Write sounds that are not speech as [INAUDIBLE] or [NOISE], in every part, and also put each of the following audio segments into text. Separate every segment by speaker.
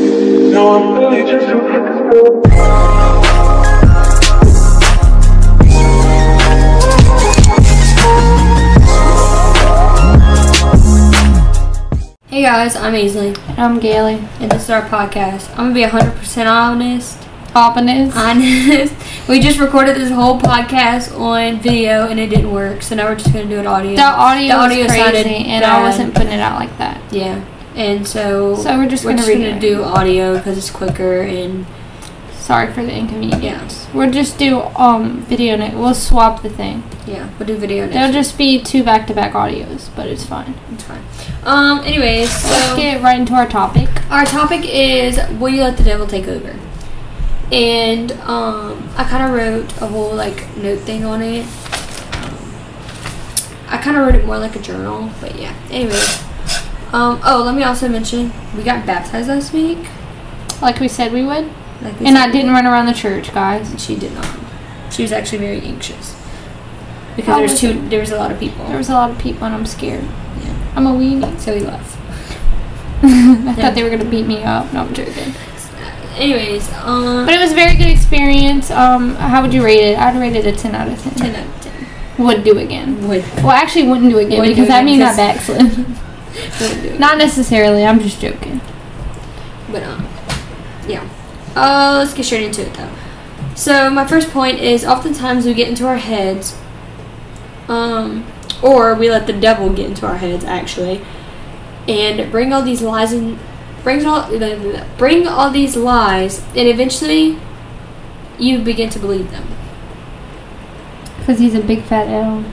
Speaker 1: know I'm really just too
Speaker 2: Hey guys, I'm Aisley,
Speaker 3: I'm Gailey.
Speaker 2: and this is our podcast. I'm gonna be 100% honest. [LAUGHS]
Speaker 3: Popping is.
Speaker 2: Honest. We just recorded this whole podcast on video and it didn't work, so now we're just gonna do it audio.
Speaker 3: the audio,
Speaker 2: The audio
Speaker 3: was crazy,
Speaker 2: sounded
Speaker 3: and
Speaker 2: bad.
Speaker 3: I wasn't putting it out like that.
Speaker 2: yeah, and so,
Speaker 3: So we're just
Speaker 2: we're
Speaker 3: gonna
Speaker 2: just
Speaker 3: read
Speaker 2: gonna
Speaker 3: it.
Speaker 2: do audio because it's quicker and
Speaker 3: Sorry for the inconvenience.
Speaker 2: Yeah.
Speaker 3: We'll just do um video. Ne- we'll swap the thing.
Speaker 2: yeah, we'll do video
Speaker 3: There'll
Speaker 2: next.
Speaker 3: just be two back-to-back audios, but it's fine.
Speaker 2: It's fine. Um. Anyways, so
Speaker 3: Let's get right into our topic.
Speaker 2: our topic is will you let the devil take over and um, i kind of wrote a whole like note thing on it Um, i kind of wrote it more like a journal but yeah anyways um, oh let me also mention we got baptized last week
Speaker 3: Like we said we would,
Speaker 2: like we said-
Speaker 3: and I didn't run around the church, guys.
Speaker 2: she did not she was actually very anxious because
Speaker 3: How
Speaker 2: there's
Speaker 3: was
Speaker 2: two there was a lot of people
Speaker 3: There was a lot of people, and I'm scared.
Speaker 2: Yeah.
Speaker 3: I'm a weenie. [LAUGHS]
Speaker 2: so we left
Speaker 3: I
Speaker 2: Yeah.
Speaker 3: thought they were gonna beat me up. No, I'm joking.
Speaker 2: anyways um
Speaker 3: But it was a very good experience. Um, how would you rate it? I'd rate it a ten out of ten.
Speaker 2: 10 out of 10
Speaker 3: Would do again.
Speaker 2: would,
Speaker 3: Well, I actually wouldn't do it again
Speaker 2: Wouldn't do
Speaker 3: because
Speaker 2: it
Speaker 3: that means I
Speaker 2: again
Speaker 3: [LAUGHS] backslid.
Speaker 2: would do it.
Speaker 3: Not necessarily. I'm just joking.
Speaker 2: But um, yeah. Uh, let's get straight into it though. So my first point is oftentimes we get into our heads, um, or we let the devil get into our heads actually, and bring all these lies and brings all blah, blah, blah, bring all these lies, and eventually you begin to believe them.
Speaker 3: Because he's a big fat L.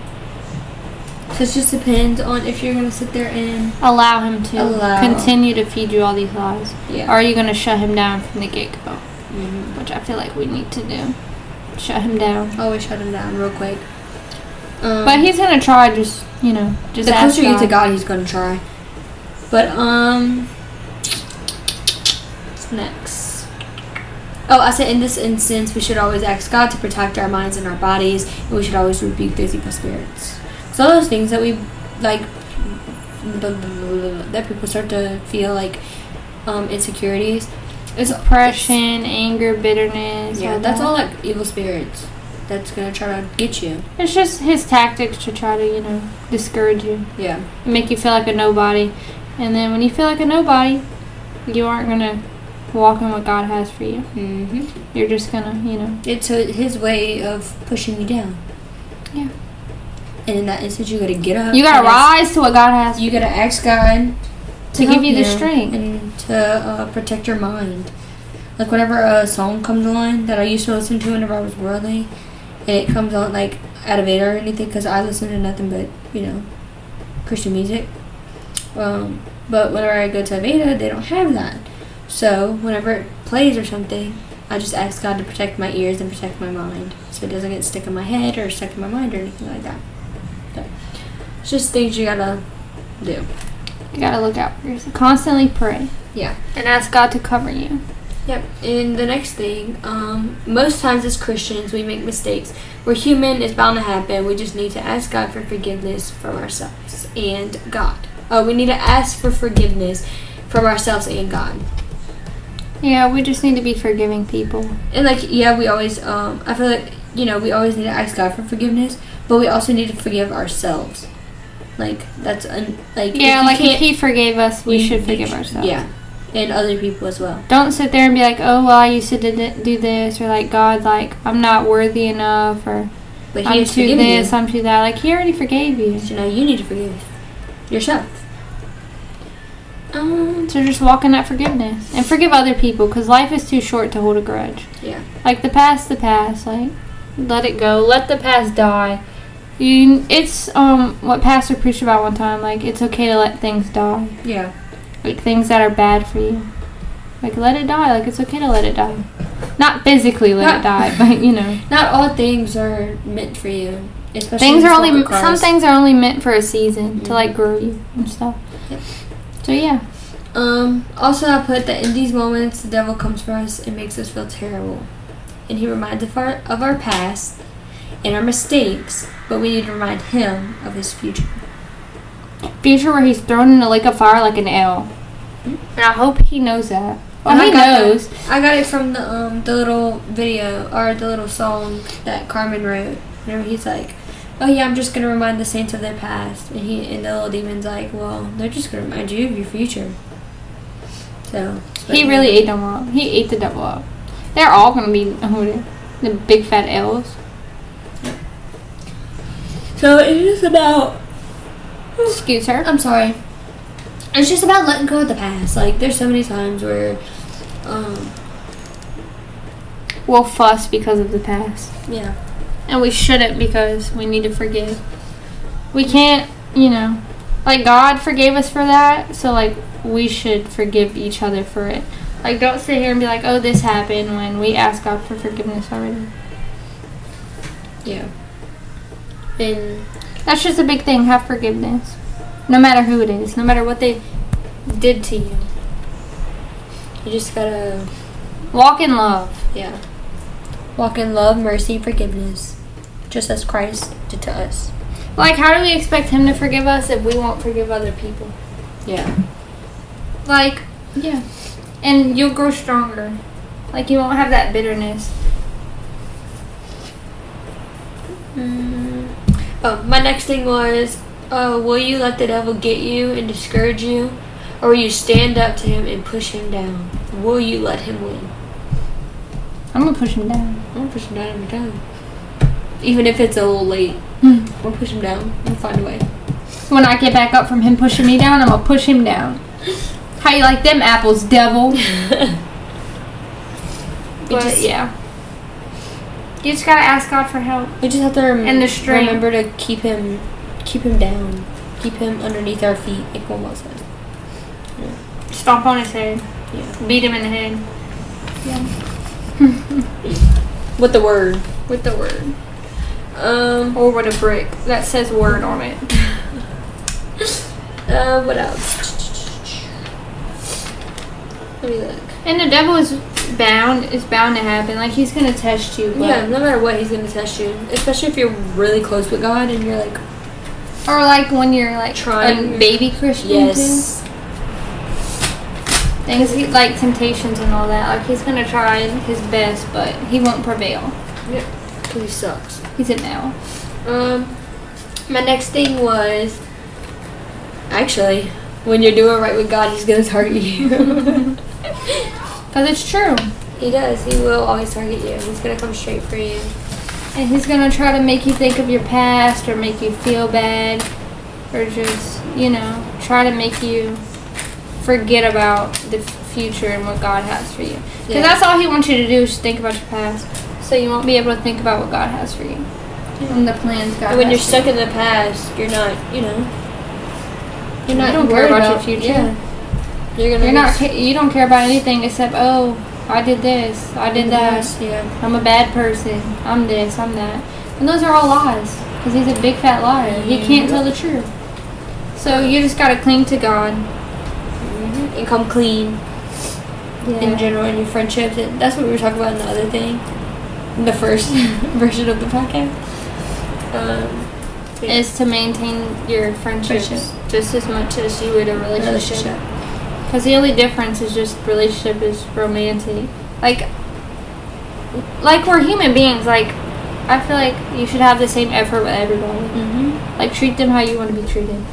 Speaker 2: So it just depends on if you're gonna sit there and
Speaker 3: Allow him to
Speaker 2: Allow.
Speaker 3: continue to feed you all these lies.
Speaker 2: yeah.
Speaker 3: Or are you going to shut him down from the get go?
Speaker 2: Mhm.
Speaker 3: Which I feel like we need to do. Shut him down.
Speaker 2: Always shut him down real quick. Um,
Speaker 3: But he's going to try, just, you know, just
Speaker 2: the
Speaker 3: ask
Speaker 2: closer
Speaker 3: uh,
Speaker 2: you to
Speaker 3: God.
Speaker 2: God, he's gonna try. But um, what's next? Oh, I said in this instance, we should always ask God to protect our minds and our bodies, and we should always rebuke those evil spirits. So those things that we like that people start to feel like um, insecurities. It's
Speaker 3: Depression, anger, bitterness.
Speaker 2: Yeah,
Speaker 3: all
Speaker 2: that's
Speaker 3: that.
Speaker 2: all like evil spirits. That's gonna try to get you.
Speaker 3: It's just his tactics to try to, you know, discourage you.
Speaker 2: Yeah.
Speaker 3: make you feel like a nobody. And then when you feel like a nobody, you aren't gonna walk in what God has for you.
Speaker 2: hmm
Speaker 3: You're just gonna, you know,
Speaker 2: It's a, his way of pushing you down.
Speaker 3: Yeah.
Speaker 2: And in that instance, you gotta get up.
Speaker 3: you gotta
Speaker 2: and ask-
Speaker 3: rise to what God has.
Speaker 2: You gotta ask God
Speaker 3: To give
Speaker 2: help
Speaker 3: you the strength.
Speaker 2: and to uh, protect your mind. Like whenever a song comes on that I used to listen to whenever I was worldly, and it comes on like out of it or anything, because I listen to nothing but you know Christian music. Um, but whenever I go to Aveda, they don't have that. So whenever it plays or something, I just ask God to protect my ears and protect my mind, so it doesn't get stuck in my head or stuck in my mind or anything like that. So, it's just things you gotta do.
Speaker 3: You gotta look out for yourself. Constantly pray
Speaker 2: Yeah.
Speaker 3: and ask God to cover you.
Speaker 2: Yep. And the next thing, um, most times as Christians, we make mistakes. We're human; it's bound to happen. We just need to ask God for forgiveness from ourselves and God. Oh, we need to ask for forgiveness from ourselves and God.
Speaker 3: Yeah, we just need to be forgiving people.
Speaker 2: And like, yeah, we always, um, I feel like you know, we always need to ask God for forgiveness, but we also need to forgive ourselves. Like that's un- like if
Speaker 3: Yeah,
Speaker 2: you
Speaker 3: like if
Speaker 2: can't-
Speaker 3: He forgave us, we
Speaker 2: you-
Speaker 3: should
Speaker 2: you
Speaker 3: forgive
Speaker 2: sh-
Speaker 3: ourselves.
Speaker 2: Yeah, and other people as well.
Speaker 3: Don't sit there and be like, "Oh, well, I used to did it- do this," or like, "God, like, I'm not worthy enough," or
Speaker 2: But He
Speaker 3: "I'm
Speaker 2: has
Speaker 3: too
Speaker 2: forgiven you.
Speaker 3: this, I'm too that." Like, He already forgave you.
Speaker 2: So now you need to forgive yourself. Um,
Speaker 3: So just walk in that forgiveness and forgive other people because life is too short to hold a grudge.
Speaker 2: yeah.
Speaker 3: Like the past, the past. Like let it go. Let the past die. You, it's um what Pastor preached about one time. Like it's okay to let things die.
Speaker 2: Yeah.
Speaker 3: Like things that are bad for you. Like let it die. Like it's okay to let it die. Not physically let it die, [LAUGHS] but you know
Speaker 2: Not all things are meant for you. [LAUGHS] Especially
Speaker 3: things
Speaker 2: with
Speaker 3: are only
Speaker 2: soccer cards.
Speaker 3: some things are only meant for a season to like grow you and stuff.
Speaker 2: Mm-hmm. Yep.
Speaker 3: So yeah,
Speaker 2: Um, also, I put that in these moments, the devil comes for us and makes us feel terrible. And he reminds of our, of our past and our mistakes, but we need to remind him of his future.
Speaker 3: future where he's thrown in a lake of fire like an L. And I hope he knows that. Oh,
Speaker 2: I
Speaker 3: he
Speaker 2: got that.
Speaker 3: knows.
Speaker 2: I got it from the um the little video or the little song that Carmen wrote. Remember, he's like, "Oh yeah, I'm just gonna remind the saints of their past," and he and the little demon's like, "Well, they're just gonna remind you of your future." So
Speaker 3: He really ate them up. He ate the devil up. They're all gonna be hooded. The big fat L's.
Speaker 2: So it is about.
Speaker 3: Excuse her.
Speaker 2: I'm sorry. It's just about letting go of the past. Like there's so many times where, um,
Speaker 3: We'll fuss because of the past.
Speaker 2: yeah,
Speaker 3: And we shouldn't because we need to forgive. We can't, you know, like God forgave us for that, so like we should forgive each other for it. Like don't sit here and be like, oh, this happened when we asked God for forgiveness already.
Speaker 2: yeah. And
Speaker 3: That's just a big thing. Have forgiveness, no matter who it is, no matter what they did to you.
Speaker 2: you just gotta,
Speaker 3: Walk in love.
Speaker 2: yeah, walk in love, mercy, forgiveness, just as Christ did to us.
Speaker 3: Like, how do we expect Him to forgive us if we won't forgive other people?
Speaker 2: Yeah.
Speaker 3: Like, yeah. And you'll grow stronger. Like, you won't have that bitterness.
Speaker 2: Mm. Oh, my next thing was, uh, will you let the devil get you and discourage you, or will you stand up to him and push him down? Will you let him win?
Speaker 3: I'm gonna push him down.
Speaker 2: I'm gonna push him down every time. Even if it's a little late,
Speaker 3: Hmm.
Speaker 2: we'll push him down. We'll find a way.
Speaker 3: When I get back up from him pushing me down, I'm gonna push him down. How you like them apples, [LAUGHS] devil? But
Speaker 2: just-
Speaker 3: yeah. You just gotta ask God for help.
Speaker 2: We just have to rem-
Speaker 3: And the strength.
Speaker 2: remember to keep him, keep him down, keep him underneath our feet. Like Wilma said.
Speaker 3: Stomp on his head.
Speaker 2: Yeah.
Speaker 3: Beat him in the head.
Speaker 2: With the word.
Speaker 3: With the word.
Speaker 2: Um.
Speaker 3: Or with a brick that says word on it.
Speaker 2: Uh. What else? Let me look.
Speaker 3: And the devil is bound, it's bound to happen. Like, he's gonna test you. But,
Speaker 2: Yeah, no matter what, he's gonna test you. Especially if you're really close with God and you're like,
Speaker 3: Or, like, when you're, like,
Speaker 2: Trying-
Speaker 3: a baby Christian.
Speaker 2: yes,
Speaker 3: too. Things he- like temptations and all that. Like, he's gonna try his best, but he won't prevail.
Speaker 2: because he sucks.
Speaker 3: He's an L.
Speaker 2: Um, my next thing was actually when you're doing right with God, he's gonna target [LAUGHS] you.
Speaker 3: Because it's true.
Speaker 2: he does. He will always target you. He's gonna come straight for you.
Speaker 3: And he's gonna try to make you think of your past or make you feel bad or just, you know, try to make you forget about the f- future and what God has for you. Because
Speaker 2: Yeah.
Speaker 3: that's all he wants you to do is think about your past. So you won't be able to think about what God has for you and the plans God
Speaker 2: And when
Speaker 3: has
Speaker 2: you're
Speaker 3: for
Speaker 2: stuck in the past, you're not, you know, you're not
Speaker 3: You don't care
Speaker 2: worried
Speaker 3: about your future.
Speaker 2: Yeah. You're gonna.
Speaker 3: you. You're
Speaker 2: be
Speaker 3: not,
Speaker 2: s-
Speaker 3: ca- you don't care about anything except, oh, I did this, I did that.
Speaker 2: Yeah.
Speaker 3: I'm a bad person. I'm this. I'm that. And those are all lies. Because he's a big fat liar. He can't tell the truth. So you just gotta cling to God.
Speaker 2: And come clean. in general in your friendships. And that's what we were talking about in the other thing, in the first [LAUGHS] version of the podcast. Um,
Speaker 3: Is to maintain your friendships
Speaker 2: Friendships.
Speaker 3: just as much as you would a relationship.
Speaker 2: relationship.
Speaker 3: Because the only difference is just relationship is romantic. Like, like we're human beings. Like, I feel like you should have the same effort with everybody.
Speaker 2: Mm-hmm.
Speaker 3: Like, treat them how you want to be treated.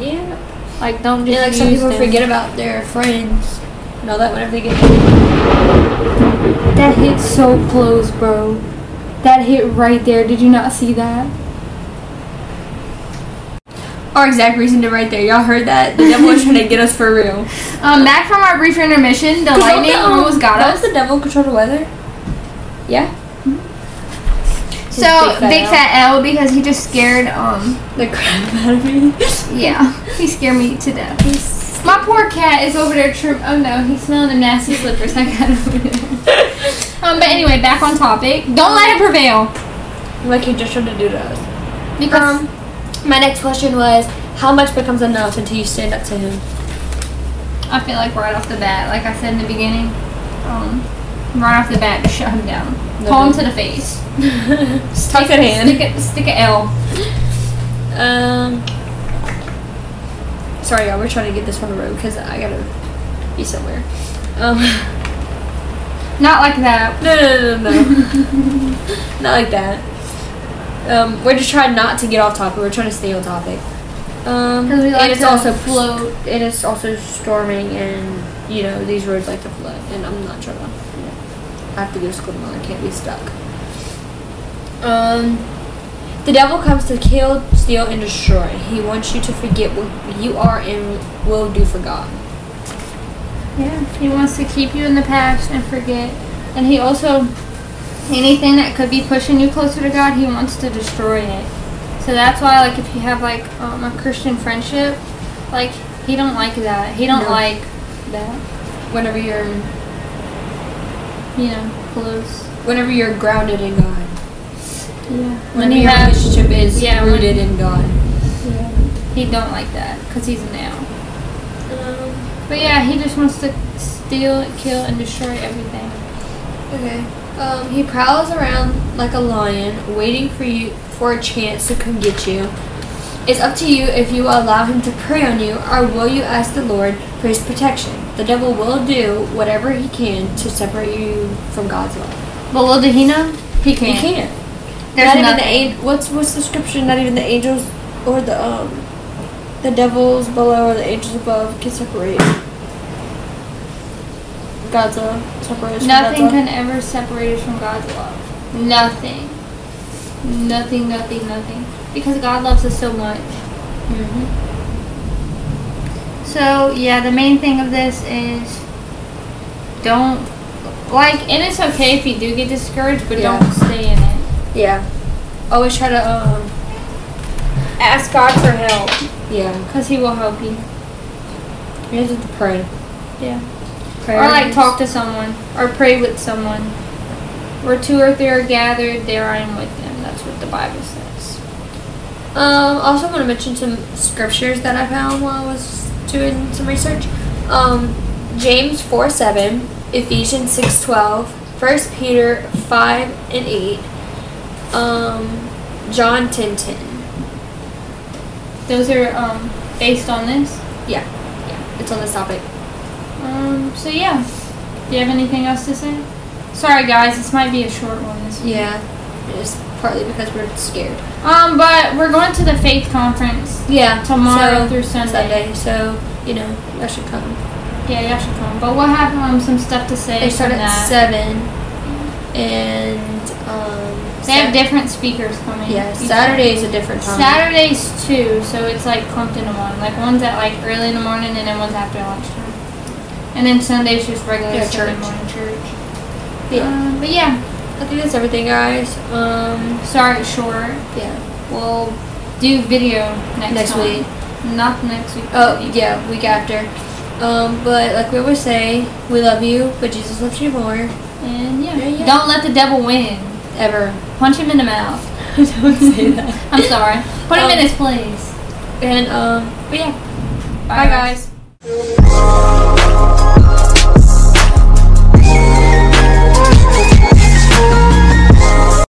Speaker 2: Yeah.
Speaker 3: Like, don't
Speaker 2: And
Speaker 3: just
Speaker 2: like some
Speaker 3: use
Speaker 2: people
Speaker 3: them.
Speaker 2: forget about their friends and all that whenever they get.
Speaker 3: That hit so close, bro. That hit right there. Did you not see that?
Speaker 2: Our exact reason to right there. Y'all heard
Speaker 3: [LAUGHS]
Speaker 2: that? The devil was trying to get us for [LAUGHS] real. um,
Speaker 3: Um, back from our brief intermission, the lightning almost got us.
Speaker 2: the devil control the weather? Yeah.
Speaker 3: So
Speaker 2: Big fat
Speaker 3: big
Speaker 2: L.
Speaker 3: fat L because he just scared. Um,
Speaker 2: The crap [LAUGHS] out of me.
Speaker 3: yeah, he scared me to death.
Speaker 2: He's-
Speaker 3: My poor cat is over there. Trim- oh no, he's smelling them nasty slippers. I got over [LAUGHS] there. Um, but anyway, back on topic. Don't let it prevail.
Speaker 2: like he just tried to do to us.
Speaker 3: Because
Speaker 2: Um, my next question was, how much becomes enough until you stand up to him?
Speaker 3: I feel like right off the bat, like I said in the beginning, um, right off the bat, just shut him down. Palm to the face.
Speaker 2: [LAUGHS] Talk at hand.
Speaker 3: Stick a, stick a L.
Speaker 2: Um. Sorry, y'all. We're trying to get this on the road because I gotta be somewhere. Um, [LAUGHS]
Speaker 3: Not like that.
Speaker 2: no, no, no, no, no.
Speaker 3: [LAUGHS]
Speaker 2: not like that. Um, we're just trying not to get off topic. We're trying to stay on topic. Um,
Speaker 3: Because we like
Speaker 2: and it's
Speaker 3: to
Speaker 2: also
Speaker 3: float.
Speaker 2: It is also storming, and you know these roads like to flood, and I'm not sure. About I have to go to school tomorrow. I can't be stuck. Um, the devil comes to kill, steal, and destroy. He wants you to forget what you are and will do for God.
Speaker 3: Yeah, he wants to keep you in the past and forget. And he also, anything that could be pushing you closer to God, he wants to destroy it. So that's why, like, if you have like um, a Christian friendship, like he don't like that. He don't
Speaker 2: No.
Speaker 3: like that.
Speaker 2: Whenever you're,
Speaker 3: You know, close.
Speaker 2: whenever you're grounded in God,
Speaker 3: Yeah. When
Speaker 2: whenever
Speaker 3: you
Speaker 2: your
Speaker 3: have,
Speaker 2: relationship is
Speaker 3: yeah, when-
Speaker 2: rooted in God.
Speaker 3: yeah. he don't like that because he's now.
Speaker 2: Um,
Speaker 3: But yeah, he just wants to steal, kill, and destroy everything.
Speaker 2: okay. Um, he prowls around like a lion, waiting for you for a chance to come get you. It's up to you if you will allow him to prey on you, or will you ask the Lord for his protection. The devil will do whatever he can to separate you from God's love.
Speaker 3: But little did he know, he
Speaker 2: He
Speaker 3: can't.
Speaker 2: can't.
Speaker 3: There's
Speaker 2: not even the
Speaker 3: nothing.
Speaker 2: an- what's what's the scripture? Not even the angels or the um the devils below or the angels above can separate God's love. Separate us from God's
Speaker 3: Nothing
Speaker 2: love.
Speaker 3: can ever separate us from God's love. Nothing. Nothing, nothing, nothing. Because God loves us so much. Mm-hmm. So, yeah, the main thing of this is don't, like, and it's okay if you do get discouraged, but
Speaker 2: Yeah.
Speaker 3: don't stay in it.
Speaker 2: Yeah. Always try to um
Speaker 3: Ask God for help.
Speaker 2: yeah.
Speaker 3: Because He will help you.
Speaker 2: You have to pray.
Speaker 3: Yeah.
Speaker 2: Prayer
Speaker 3: or, like,
Speaker 2: is-
Speaker 3: talk to someone. Or pray with someone. Where two or three are gathered, there I am with them. That's what the Bible says.
Speaker 2: Um, also want to mention some scriptures that I found while I was doing some research. Um, James 4 7, Ephesians 6 12, 1 Peter 5 and 8, um, John 10 10.
Speaker 3: Those are um, based on this.
Speaker 2: Yeah, yeah, it's on this topic.
Speaker 3: Um, so yeah. Do you have anything else to say? Sorry guys, this might be a short one this week.
Speaker 2: Yeah, it's partly because we're scared.
Speaker 3: Um, but we're going to the faith conference.
Speaker 2: Yeah,
Speaker 3: Tomorrow
Speaker 2: so-
Speaker 3: through Sunday.
Speaker 2: Sunday, so, you know, that should come.
Speaker 3: Yeah, y'all should come. But we'll have um, some stuff to say
Speaker 2: They
Speaker 3: from
Speaker 2: start at
Speaker 3: that.
Speaker 2: 7, and, um,
Speaker 3: They
Speaker 2: Sat-
Speaker 3: have different speakers coming.
Speaker 2: Yeah,
Speaker 3: each-
Speaker 2: Saturday is a different time.
Speaker 3: Saturdays too, so it's like clumped into one. Like one's at like early in the morning and then one's after lunchtime. And then Sunday's just regular
Speaker 2: Yeah,
Speaker 3: Sunday
Speaker 2: church.
Speaker 3: morning church.
Speaker 2: Yeah.
Speaker 3: Um, but yeah,
Speaker 2: I think that's everything, guys. Um,
Speaker 3: sorry it's short.
Speaker 2: yeah.
Speaker 3: We'll do video next,
Speaker 2: Next
Speaker 3: time.
Speaker 2: week.
Speaker 3: Not next week.
Speaker 2: Oh, yeah, week after. Um, but like we always say, we love you, but Jesus loves you more.
Speaker 3: And yeah.
Speaker 2: Yeah, yeah.
Speaker 3: Don't let the devil win.
Speaker 2: Ever.
Speaker 3: Punch him in the mouth.
Speaker 2: [LAUGHS] Don't say that.
Speaker 3: I'm sorry. Put him
Speaker 2: Um,
Speaker 3: in his place.
Speaker 2: And, um, but yeah.
Speaker 3: Bye,
Speaker 2: Bye, guys.